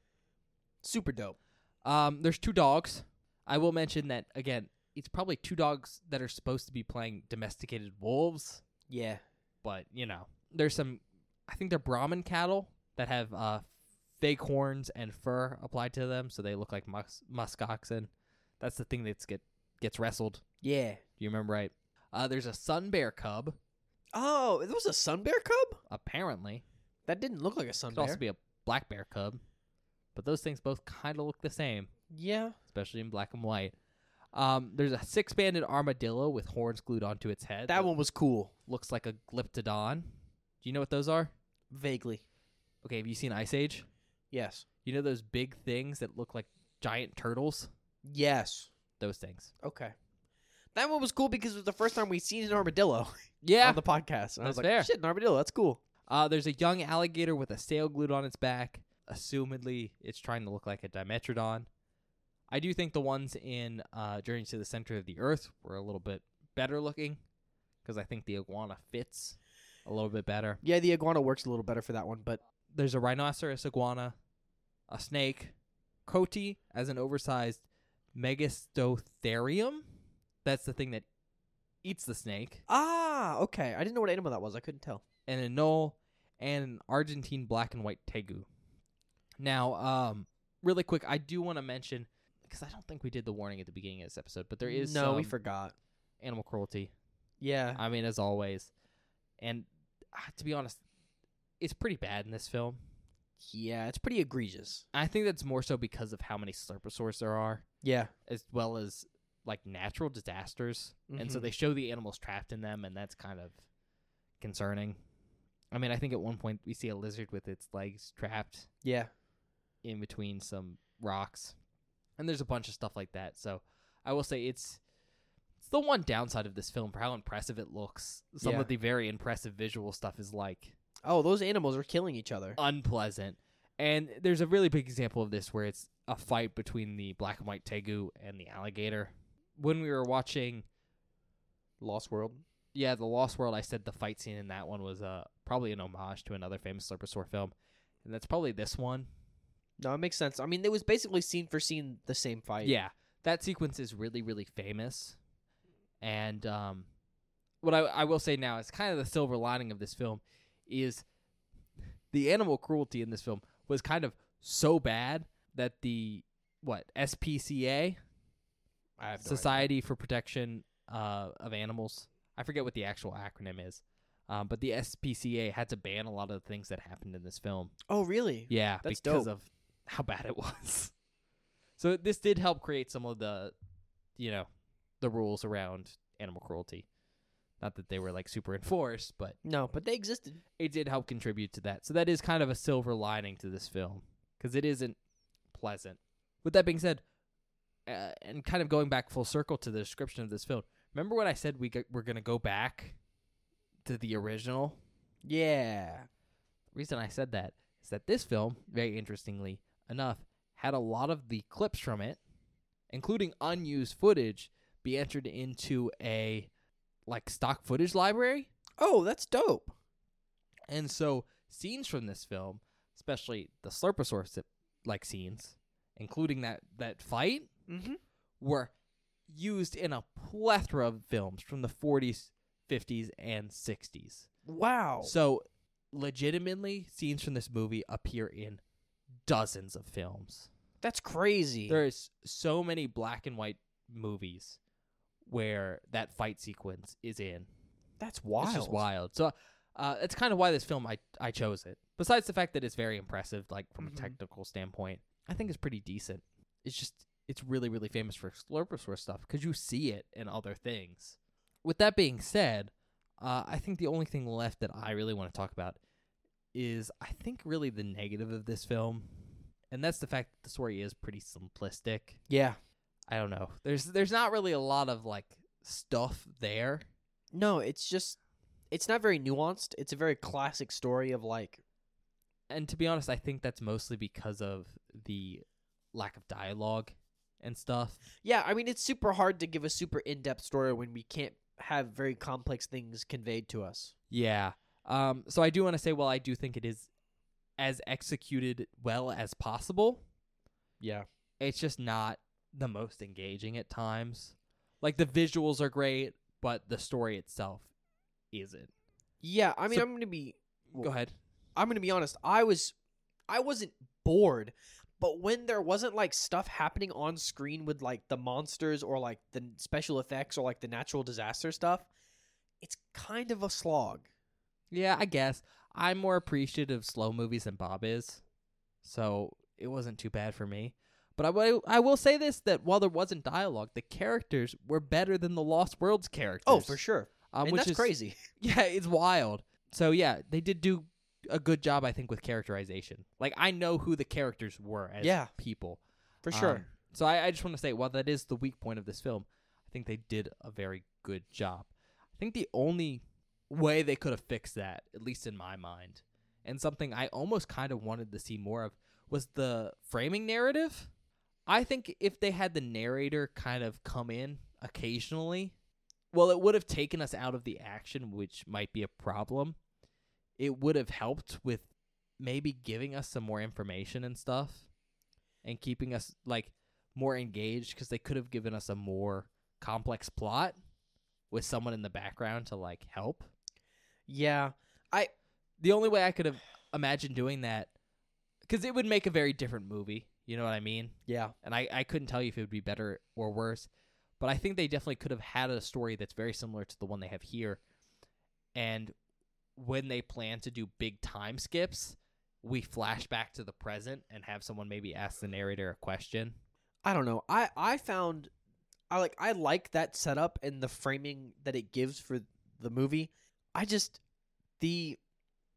Super dope.
Um, there's two dogs. I will mention that again. It's probably two dogs that are supposed to be playing domesticated wolves,
Yeah.
but you know, there's some. I think they're Brahman cattle that have uh, fake horns and fur applied to them, so they look like mus- musk oxen. That's the thing that's get gets wrestled.
Yeah.
Do you remember right? Uh, there's a sun bear cub.
Oh, there was a sun bear cub.
Apparently,
That didn't look like a sun
could
bear.
also be a black bear cub, but those things both kind of look the same.
yeah.
especially in black and white. Um, there's a six-banded armadillo with horns glued onto its head.
That one was cool.
looks like a glyptodon. Do you know what those are?
Vaguely.
Okay, have you seen Ice Age?
Yes.
You know those big things that look like giant turtles?
Yes.
Those things.
Okay. That one was cool because it was the first time we'd seen an armadillo (laughs)
Yeah.
on the podcast. And I was
That's
like,
fair.
shit, an armadillo, that's cool.
Uh, there's a young alligator with a sail glued on its back. Assumedly, it's trying to look like a Dimetrodon. I do think the ones in uh, Journey to the Center of the Earth were a little bit better looking because I think the iguana fits a little bit better.
Yeah, the iguana works a little better for that one, but
there's a rhinoceros iguana, a snake, Coty as an oversized megastotherium. That's the thing that eats the snake,
Ah, okay. I didn't know what animal that was. I couldn't tell.
and a knoll, and an Argentine black and white tegu. Now, um, really quick, I do want to mention because I don't think we did the warning at the beginning of this episode, but there is
no. we
some
forgot.
animal cruelty.
Yeah,
I mean, as always, and ah, to be honest, it's pretty bad in this film.
yeah. It's pretty egregious.
I think that's more so because of how many slurposaurs there are,
Yeah,
as well as like natural disasters. And so
Mhm.
they show the animals trapped in them, and that's kind of concerning. I mean, I think at one point we see a lizard with its legs trapped
yeah.
in between some rocks, and there's a bunch of stuff like that. So I will say it's it's the one downside of this film for how impressive it looks. Some
Yeah.
of the very impressive visual stuff is like
Oh, those animals are killing each other.
unpleasant. And there's a really big example of this where it's a fight between the black and white tegu and the alligator. When we were watching,
Lost World.
yeah, The Lost World, I said the fight scene in that one was uh, probably an homage to another famous Slurposaur film. And that's probably this one.
No, it makes sense. I mean, it was basically scene for scene the same fight.
Yeah, that sequence is really, really famous. And um, what I, I will say now is kind of the silver lining of this film is the animal cruelty in this film was kind of so bad that the what SPCA
I have no idea.
Society for Protection uh, of Animals. I forget what the actual acronym is, um, but the SPCA had to ban a lot of the things that happened in this film.
Oh, really?
Yeah,
That's
because
dope.
of how bad it (laughs) was. So this did help create some of the, you know, the rules around animal cruelty. Not that they were like super enforced, but
No, but they existed.
it did help contribute to that. So that is kind of a silver lining to this film because it isn't pleasant. With that being said, uh, and kind of going back full circle to the description of this film, remember when I said we g- we're going to go back to the original?
Yeah.
reason I said that is that this film, very interestingly enough, had a lot of the clips from it, including unused footage, be entered into a like stock footage library.
Oh, that's dope.
And so scenes from this film, especially the slurposaurus like scenes, including that that fight,
Mm-hmm.
were used in a plethora of films from the 40s, 50s, and 60s.
Wow.
So, legitimately, scenes from this movie appear in dozens of films.
That's crazy.
There's so many black and white movies where that fight sequence is in.
that's wild.
It's just wild. So, uh, it's kind of why this film I I chose it. Besides the fact that it's very impressive, like from
Mhm.
a technical standpoint, I think it's pretty decent. It's just it's really really famous for slurposaur stuff because you see it in other things. With that being said, uh, I think the only thing left that I really want to talk about is I think really the negative of this film, and that's the fact that the story is pretty simplistic.
Yeah.
I don't know. There's there's not really a lot of like stuff there.
No, it's just it's not very nuanced. It's a very classic story of like
and to be honest, I think that's mostly because of the lack of dialogue and stuff.
Yeah, I mean it's super hard to give a super in-depth story when we can't have very complex things conveyed to us.
Yeah. Um, so I do want to say, well, I do think it is as executed well as possible.
Yeah.
It's just not the most engaging at times. Like the visuals are great, but the story itself isn't.
Yeah, I mean
So-
I'm going to be
Go ahead.
I'm going to be honest. I was I wasn't bored, but when there wasn't like stuff happening on screen with like the monsters or like the special effects or like the natural disaster stuff, it's kind of a slog.
Yeah, I guess I'm more appreciative of slow movies than Bob is, so it wasn't too bad for me. But I will, I will say this: that while there wasn't dialogue, the characters were better than the Lost Worlds characters.
Oh, for sure.
um,
and
which
that's
is
crazy.
(laughs) Yeah, it's wild. So yeah, they did do a good job, I think, with characterization. Like I know who the characters were as
Yeah.
people
(laughs) For
Um,
sure.
so I, I just want to say, while that is the weak point of this film, I think they did a very good job. I think the only way they could have fixed that, at least in my mind, and something I almost kind of wanted to see more of, was the framing narrative. I think if they had the narrator kind of come in occasionally, well, it would have taken us out of the action, which might be a problem. It would have helped with maybe giving us some more information and stuff and keeping us like more engaged because they could have given us a more complex plot with someone in the background to like help.
yeah.
The only way I could have imagined doing that because it would make a very different movie. You know what I mean?
Yeah.
And I, I couldn't tell you if it would be better or worse, but I think they definitely could have had a story that's very similar to the one they have here. And when they plan to do big time skips, we flash back to the present and have someone maybe ask the narrator a question.
I don't know. I I found I like I like that setup and the framing that it gives for the movie. I just the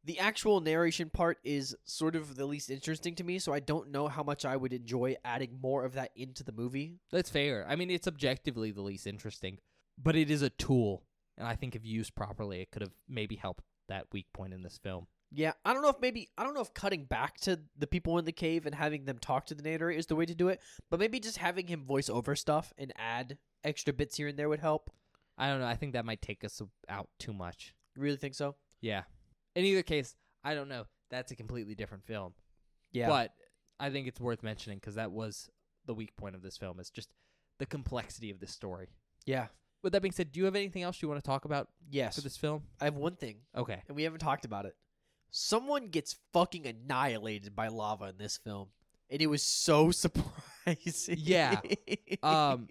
the actual narration part is sort of the least interesting to me, so I don't know how much I would enjoy adding more of that into the movie.
That's fair. I mean, it's objectively the least interesting, but it is a tool, and I think if used properly, it could have maybe helped that weak point in this film.
Yeah, I don't know if maybe I don't know if cutting back to the people in the cave and having them talk to the narrator is the way to do it, but maybe just having him voice over stuff and add extra bits here and there would help.
I don't know. I think that might take us out too much.
You really think so?
Yeah. In either case, I don't know. That's a completely different film,
Yeah.
but I think it's worth mentioning because that was the weak point of this film is just the complexity of this story.
yeah.
With that being said, do you have anything else you want to talk about
Yes.
for this film?
I have one thing.
Okay.
and we haven't talked about it. Someone gets fucking annihilated by lava in this film, and it was so (laughs) surprising.
Yeah. Um,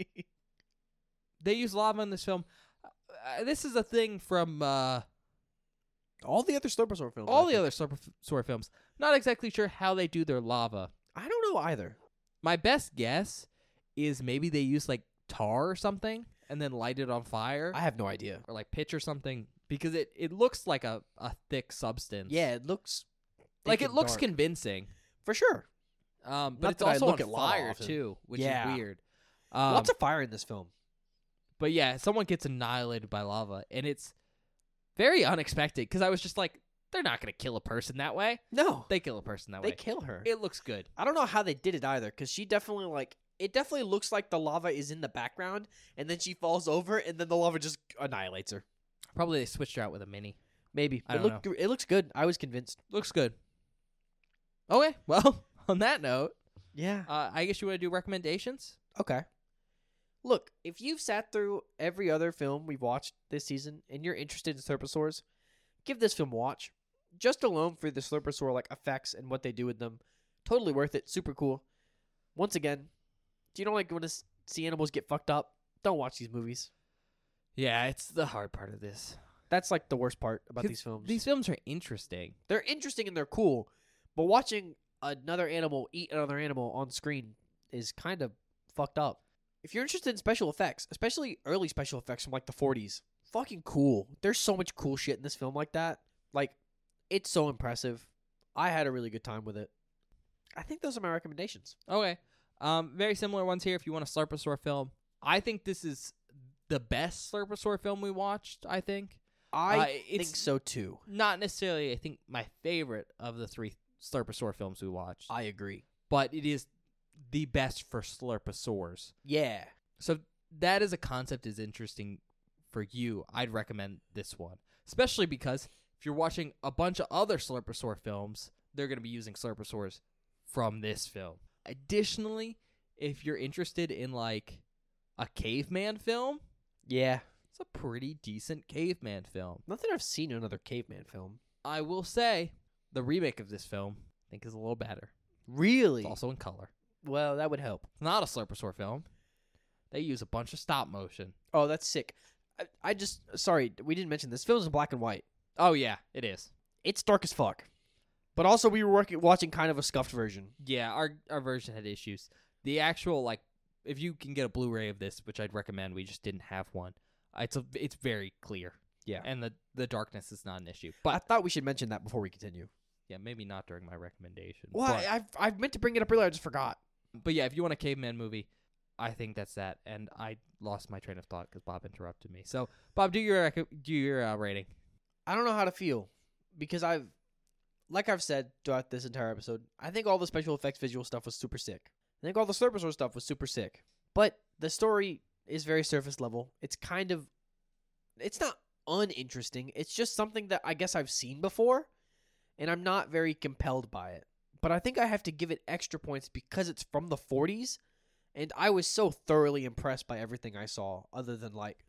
They use lava in this film. uh, this is a thing from uh,
All the other Slurposaur films.
all
I
the
think.
other Slurposaur films. Not exactly sure how they do their lava.
I don't know either.
My best guess is maybe they use like tar or something and then light it on fire
I have no idea.
or like pitch or something because it, it looks like a, a thick substance.
Yeah, it looks
Like
thick
it
and
looks
dark.
convincing.
for sure.
Um, but
Not
it's
that I
also
look
on
at lava
fire
often.
too, which
Yeah.
is weird. Um,
Lots of fire in this film.
but yeah, someone gets annihilated by lava and it's very unexpected because I was just like, they're not going to kill a person that way.
No,
They kill a person that
they
way.
kill her.
It looks good.
I don't know how they did it either, because she definitely like it definitely looks like the lava is in the background, and then she falls over, and then the lava just annihilates her.
Probably they switched her out with a mini.
Maybe
I
it
don't
looked it looks good. I was convinced.
Looks good. Okay, (laughs) well, on that note,
Yeah.
uh, I guess you want to do recommendations?
Okay. Look, if you've sat through every other film we've watched this season and you're interested in Slurposaurs, give this film a watch. Just alone for the Slurposaur like effects and what they do with them. Totally worth it. Super cool. Once again, if you don't like when to s- see animals get fucked up, don't watch these movies.
Yeah, it's the hard part of this.
That's like the worst part about
'Cause
these films.
These films are interesting.
they're interesting and they're cool, but watching another animal eat another animal on screen is kind of fucked up. If you're interested in special effects, especially early special effects from like the 40s, fucking cool. There's so much cool shit in this film like that. Like, it's so impressive. I had a really good time with it. I think those are my recommendations.
Okay. Um, very similar ones here if you want a Slurposaur film. I think this is the best Slurposaur film we watched, I think. Uh,
I
it's-
think so too.
Not necessarily, I think, my favorite of the three Slurposaur films we watched,
I agree.
but it is the best for Slurposaurs.
Yeah.
So that as a concept is interesting for you. I'd recommend this one, especially because if you're watching a bunch of other Slurposaur films, they're going to be using Slurposaurs from this film. Additionally, if you're interested in like a caveman film,
Yeah.
it's a pretty decent caveman film.
Not that I've seen another caveman film.
I will say the remake of this film I think is a little better.
Really?
It's also in color.
Well, that would help.
It's not a Slurposaur film. They use a bunch of stop motion.
Oh, that's sick. I, I just sorry we didn't mention this. Film's in black and white.
Oh yeah, it is.
It's dark as fuck. But also, we were working, watching kind of a scuffed version.
Yeah, our our version had issues. The actual like, if you can get a Blu-ray of this, which I'd recommend, we just didn't have one. Uh, It's a it's very clear.
Yeah.
and the the darkness is not an issue.
But I
But
thought we should mention that before we continue.
yeah, maybe not during my recommendation.
Well, I,
But,
I've I've meant to bring it up earlier. I just forgot.
but yeah, if you want a caveman movie, I think that's that. And I lost my train of thought because Bob interrupted me. So Bob, do your rec- do your uh, rating.
I don't know how to feel because I've, like I've said throughout this entire episode, I think all the special effects visual stuff was super sick. I think all the Slurposaur stuff was super sick. But the story is very surface level. It's kind of, it's not uninteresting. It's just something that I guess I've seen before, and I'm not very compelled by it. But I think I have to give it extra points because it's from the 40s, and I was so thoroughly impressed by everything I saw, other than like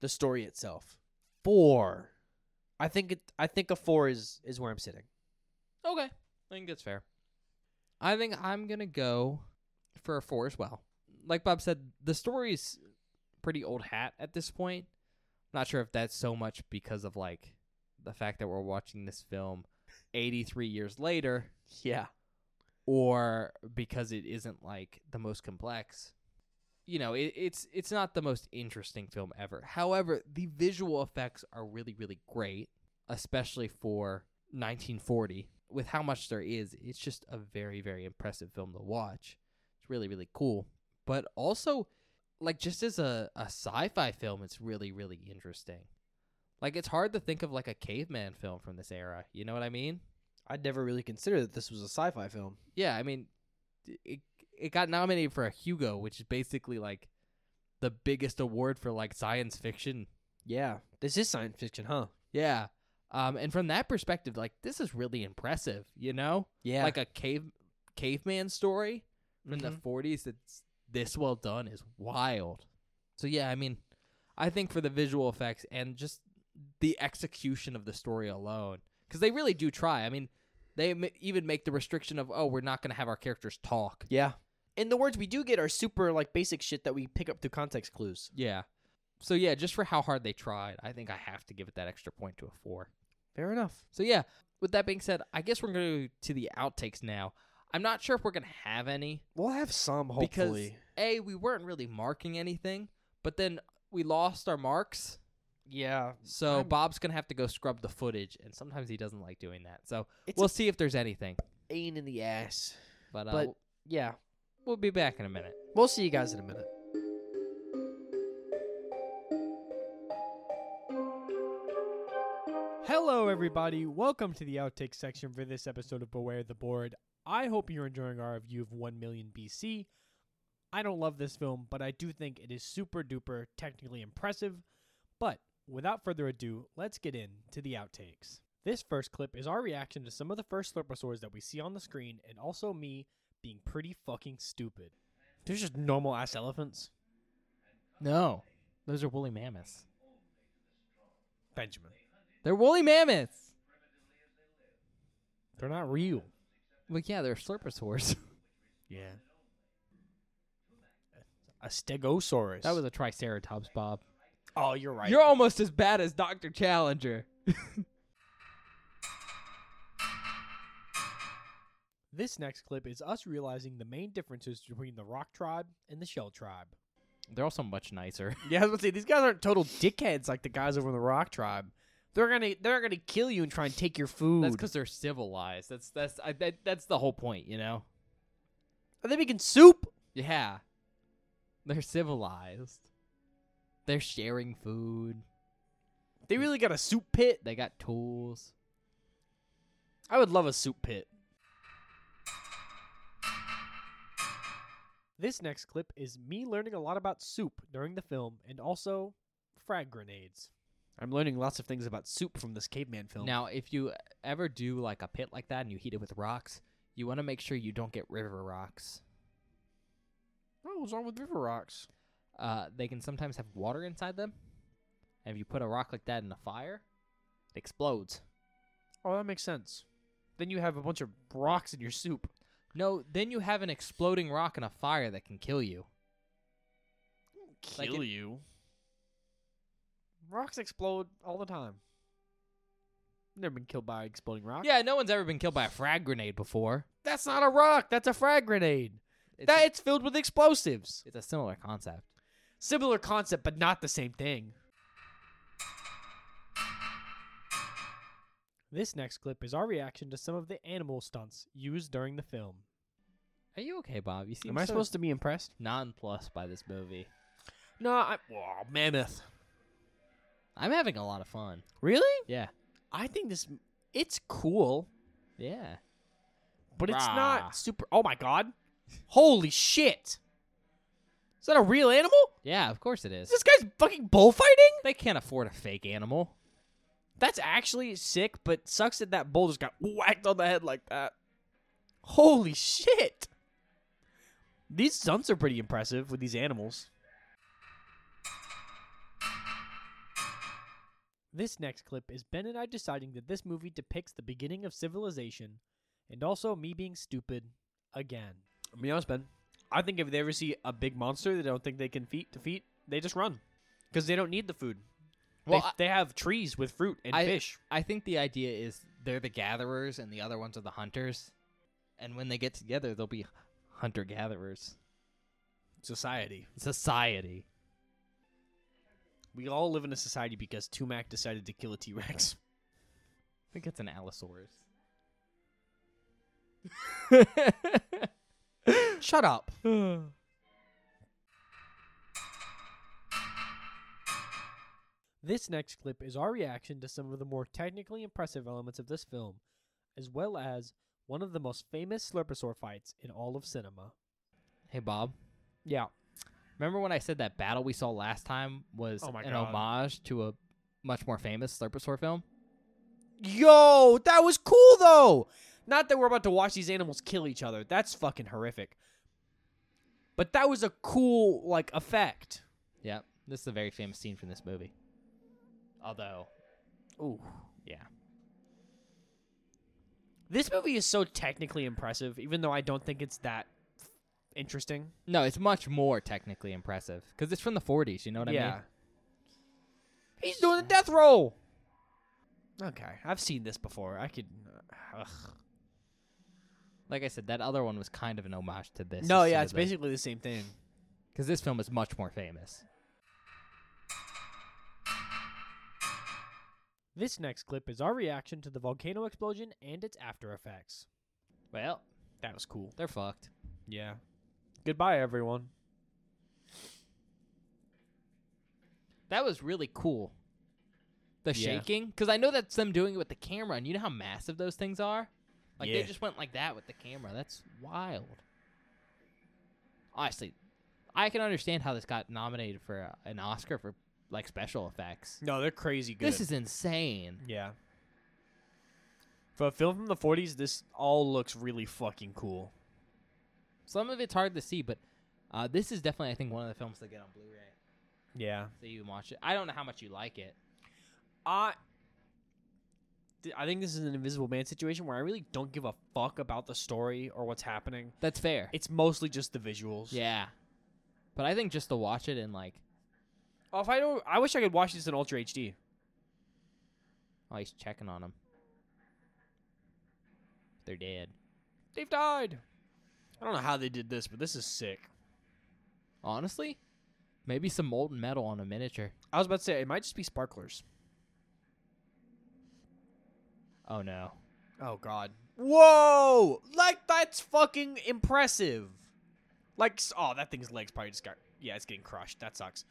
the story itself. Four. I think it, I think a four is is where I'm sitting.
Okay, I think that's fair. I think I'm gonna go for a four as well. Like Bob said, the story's pretty old hat at this point. Not sure if that's so much because of like the fact that we're watching this film 83 years later,
Yeah.
or because it isn't like the most complex. You know, it, it's it's not the most interesting film ever. However, the visual effects are really really great, especially for 1940. With how much there is, it's just a very very impressive film to watch. It's really really cool, but also like just as a, a sci-fi film, it's really really interesting. Like it's hard to think of like a caveman film from this era. You know what I mean?
I'd never really considered that this was a sci-fi film.
yeah, I mean, it it got nominated for a Hugo, which is basically like the biggest award for like science fiction.
Yeah. This is science fiction, huh?
Yeah. Um, and from that perspective, like this is really impressive, you know,
Yeah.
like a cave caveman story from the
Mhm.
'40s that's this well done is wild. So yeah, I mean, I think for the visual effects and just the execution of the story alone, because they really do try. I mean, they ma- even make the restriction of oh, we're not going to have our characters talk.
yeah. And the words we do get are super like basic shit that we pick up through context clues.
Yeah. so yeah, just for how hard they tried, I think I have to give it that extra point to a four.
Fair enough.
So yeah, with that being said, I guess we're gonna go to the outtakes now. I'm not sure if we're gonna have any
We'll have some hopefully.
because a we weren't really marking anything, but then we lost our marks.
yeah,
So
I'm-
Bob's gonna have to go scrub the footage, and sometimes he doesn't like doing that. So
it's
we'll see if there's anything.
a pain in the ass.
But, uh,
But yeah,
we'll be back in a minute.
we'll see you guys in a minute.
Hello, everybody. Welcome to the outtake section for this episode of Beware the Board. I hope you're enjoying our review of 1 Million BC. I don't love this film, but I do think it is super duper technically impressive. But without further ado, let's get into the outtakes. This first clip is our reaction to some of the first slurposaurs that we see on the screen, and also me being pretty fucking stupid. There's just normal ass elephants.
No, those are woolly mammoths.
Benjamin.
They're woolly mammoths.
They're not real.
Well, yeah, they're slurposaurs.
Yeah. A stegosaurus.
(laughs) that was a triceratops, Bob.
Oh, you're right.
You're almost as bad as Doctor Challenger.
this next clip is us realizing the main differences between the rock tribe and the shell tribe.
They're also much nicer. (laughs)
Yeah, I was gonna say these guys aren't total dickheads like the guys over in the Rock Tribe. They're gonna they're gonna kill you and try and take your food.
That's because they're civilized. That's that's I, that, that's the whole point, you know.
Are they making soup?
Yeah, they're civilized. They're sharing food.
They really got a soup pit.
They got tools.
I would love a soup pit.
This next clip is me learning a lot about soup during the film and also frag grenades.
I'm learning lots of things about soup from this caveman film.
Now, if you ever do like a pit like that and you heat it with rocks, you want to make sure you don't get river rocks.
what was Oh, wrong with river rocks?
Uh, they can sometimes have water inside them, and if you put a rock like that in a fire, it explodes.
Oh, that makes sense. Then you have a bunch of rocks in your soup.
No, then you have an exploding rock in a fire that can kill you. Like it-
you. Rocks explode all the time. Never been killed by an exploding rock.
Yeah, no one's ever been killed by a frag grenade before.
that's not a rock. That's a frag grenade.
It's,
that
a,
it's filled with explosives.
it's a similar concept.
Similar concept, but not the same thing.
This next clip is our reaction to some of the animal stunts used during the film.
Are you okay, Bob? You seem
Am I
so
supposed to be impressed?
nonplussed by this movie.
No, I. Aw, mammoth.
I'm having a lot of fun.
Really?
Yeah,
I think this. It's cool,
yeah.
but it's
Rah.
not super. Oh my god! Holy shit! Is that a real animal?
Yeah, of course it is.
Is this guy's fucking bullfighting?
They can't afford a fake animal.
That's actually sick, but sucks that that bull just got whacked on the head like that. Holy shit! These stunts are pretty impressive with these animals.
This next clip is Ben and I deciding that this movie depicts the beginning of civilization and also me being stupid again.
I'll be honest, Ben. I think if they ever see a big monster they don't think they can feet defeat, they just run because they don't need the food.
Well,
they, they have trees with fruit and
I-
fish.
I think the idea is they're the gatherers and the other ones are the hunters. And when they get together, they'll be hunter gatherers.
Society.
Society.
We all live in a society because Tumac decided to kill a T Rex.
I think it's an Allosaurus. Shut (sighs) up.
(laughs) This next clip is our reaction to some of the more technically impressive elements of this film, as well as one of the most famous Slurposaur fights in all of cinema.
Hey, Bob.
Yeah.
Remember when I said that battle we saw last time was
Oh my
an
God.
homage to a much more famous Slurposaur film?
Yo, that was cool though. Not that we're about to watch these animals kill each other. That's fucking horrific. But that was a cool like effect.
Yeah. This is a very famous scene from this movie. Although,
Ooh.
yeah.
This movie is so technically impressive, even though I don't think it's that f- interesting.
No, it's much more technically impressive because it's from the 40s. You know what I mean?
He's doing the death roll. Okay, I've seen this before. I could. uh, Ugh.
Like I said, that other one was kind of an homage to this.
No, yeah, it's basically the same thing.
because this film is much more famous.
This next clip is our reaction to the volcano explosion and its after effects.
Well,
That was cool.
they're fucked.
Yeah. Goodbye, everyone.
That was really cool. The
Yeah.
shaking, because I know that's them doing it with the camera, and you know how massive those things are. Like
Yeah.
they just went like that with the camera. That's wild. Honestly, I can understand how this got nominated for uh, an Oscar for like special effects.
No, they're crazy good.
This is insane.
yeah.
For a film
From the 40s, this all looks really fucking cool.
Some of it's hard to see, but uh, this is definitely, I think, one of the films that get on Blu-ray.
Yeah.
So you can watch it. I don't know how much you like it.
I th- I think this is an Invisible Man situation where I really don't give a fuck about the story or what's happening.
That's fair.
It's mostly just the visuals.
yeah, but I think just to watch it and like,
Oh, if I don't, I wish I could watch this in Ultra HD.
oh, he's checking on them. They're dead.
They've died. I don't know how they did this, but this is sick.
Honestly, maybe some molten metal on a miniature.
I was about to say it might just be sparklers.
Oh no.
Oh God. Whoa! Like that's fucking impressive. Like s- oh, that thing's legs probably just got yeah, it's getting crushed. That sucks.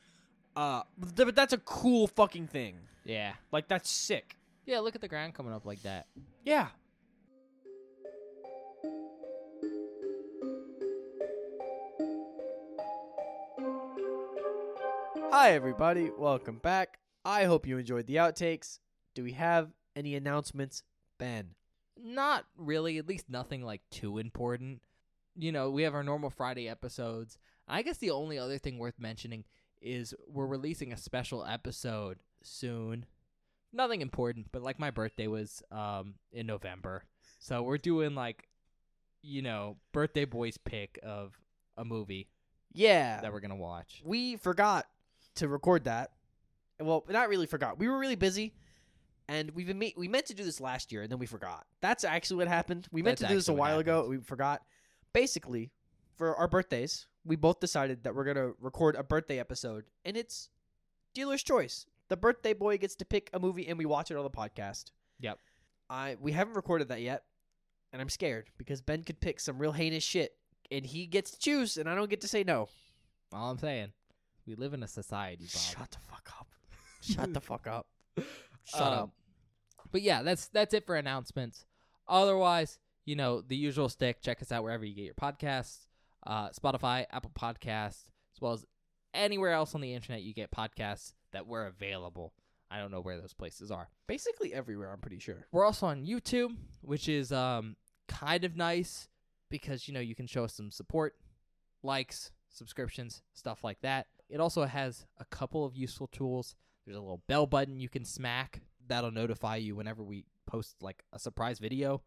Uh, but th- but that's a cool fucking thing.
Yeah.
Like that's sick.
Yeah. Look at the ground coming up like that.
Yeah. Hi, everybody. Welcome back. I hope you enjoyed the outtakes. Do we have any announcements, Ben?
Not really. At least nothing like too important. You know, we have our normal Friday episodes. I guess the only other thing worth mentioning is we're releasing a special episode soon. Nothing important, but like my birthday was um in November. So we're doing like you know, birthday boys pick of a movie
Yeah.
that we're going to watch.
we forgot to record that. Well, not really forgot. We were really busy, and we've been me- we meant to do this last year, and then we forgot. That's actually what happened. We meant
That's
to do this a
actually what
while ago.
happened.
We forgot. Basically, for our birthdays, we both decided that we're gonna record a birthday episode, and it's dealer's choice. The birthday boy gets to pick a movie, and we watch it on the podcast.
Yep.
I we haven't recorded that yet, and I'm scared because Ben could pick some real heinous shit, and he gets to choose, and I don't get to say no.
All I'm saying, we live in a society, Bob.
Shut the fuck up. (laughs) Shut the fuck up. Um,
Shut up. Um, But yeah, that's that's it for announcements. Otherwise, you know, the usual stick. Check us out wherever you get your podcasts, uh, Spotify, Apple Podcasts, as well as anywhere else on the internet you get podcasts that were available. I don't know where those places are.
Basically everywhere, I'm pretty sure.
We're also on YouTube, which is um, kind of nice because you know you can show us some support, likes, subscriptions, stuff like that. It also has a couple of useful tools. There's a little bell button you can smack that'll notify you whenever we post like a surprise video,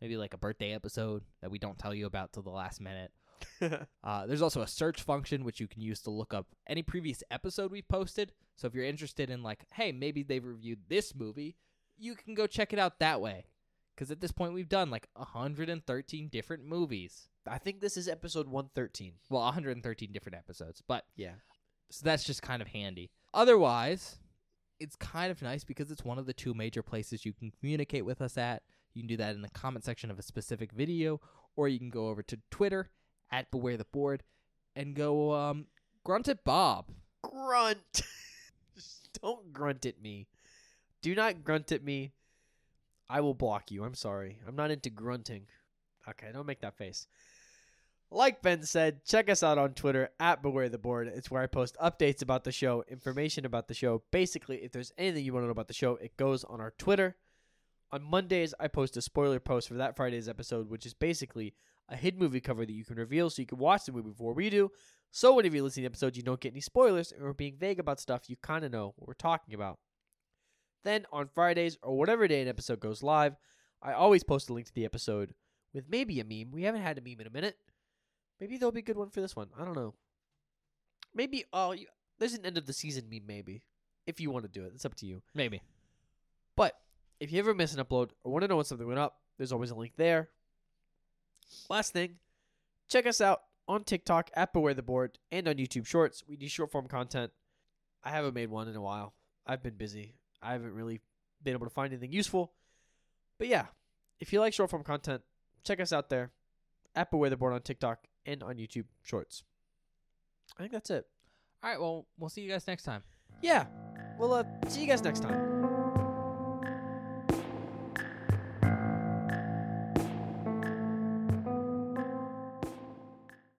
maybe like a birthday episode that we don't tell you about till the last minute. Uh, there's also a search function which you can use to look up any previous episode we've posted. So if you're interested in like, hey, maybe they've reviewed this movie, you can go check it out that way. Because at this point, we've done like 113 different movies.
I think this is episode 113.
Well, 113 different episodes, but
Yeah.
so that's just kind of handy. Otherwise, it's kind of nice because it's one of the two major places you can communicate with us at. You can do that in the comment section of a specific video, or you can go over to Twitter at Beware the Board and go um, grunt at Bob.
Grunt. (laughs) Just Don't grunt at me. Do not grunt at me. I will block you. I'm sorry. I'm not into grunting. Okay, don't make that face. Like Ben said, check us out on Twitter at Beware the Board. It's where I post updates about the show, information about the show. Basically, if there's anything you want to know about the show, it goes on our Twitter. On Mondays, I post a spoiler post for that Friday's episode, which is basically a hidden movie cover that you can reveal so you can watch the movie before we do. So whenever you listen to the episode, you don't get any spoilers, and we're being vague about stuff you kind of know what we're talking about. Then on Fridays or whatever day an episode goes live, I always post a link to the episode with maybe a meme. We haven't had a meme in a minute. Maybe there'll be a good one for this one. I don't know. Maybe oh, you, there's an end of the season meme. Maybe if you want to do it. It's up to you.
Maybe.
But if you ever miss an upload or want to know when something went up, there's always a link there. Last thing, check us out on TikTok at Beware the Board and on YouTube Shorts. We do short form content. I haven't made one in a while. I've been busy. I haven't really been able to find anything useful. But yeah, if you like short form content, check us out there at Beware the Board on TikTok and on YouTube Shorts. I think that's it.
All right. Well, we'll see you guys next time.
Yeah. Well, uh, see you guys next time.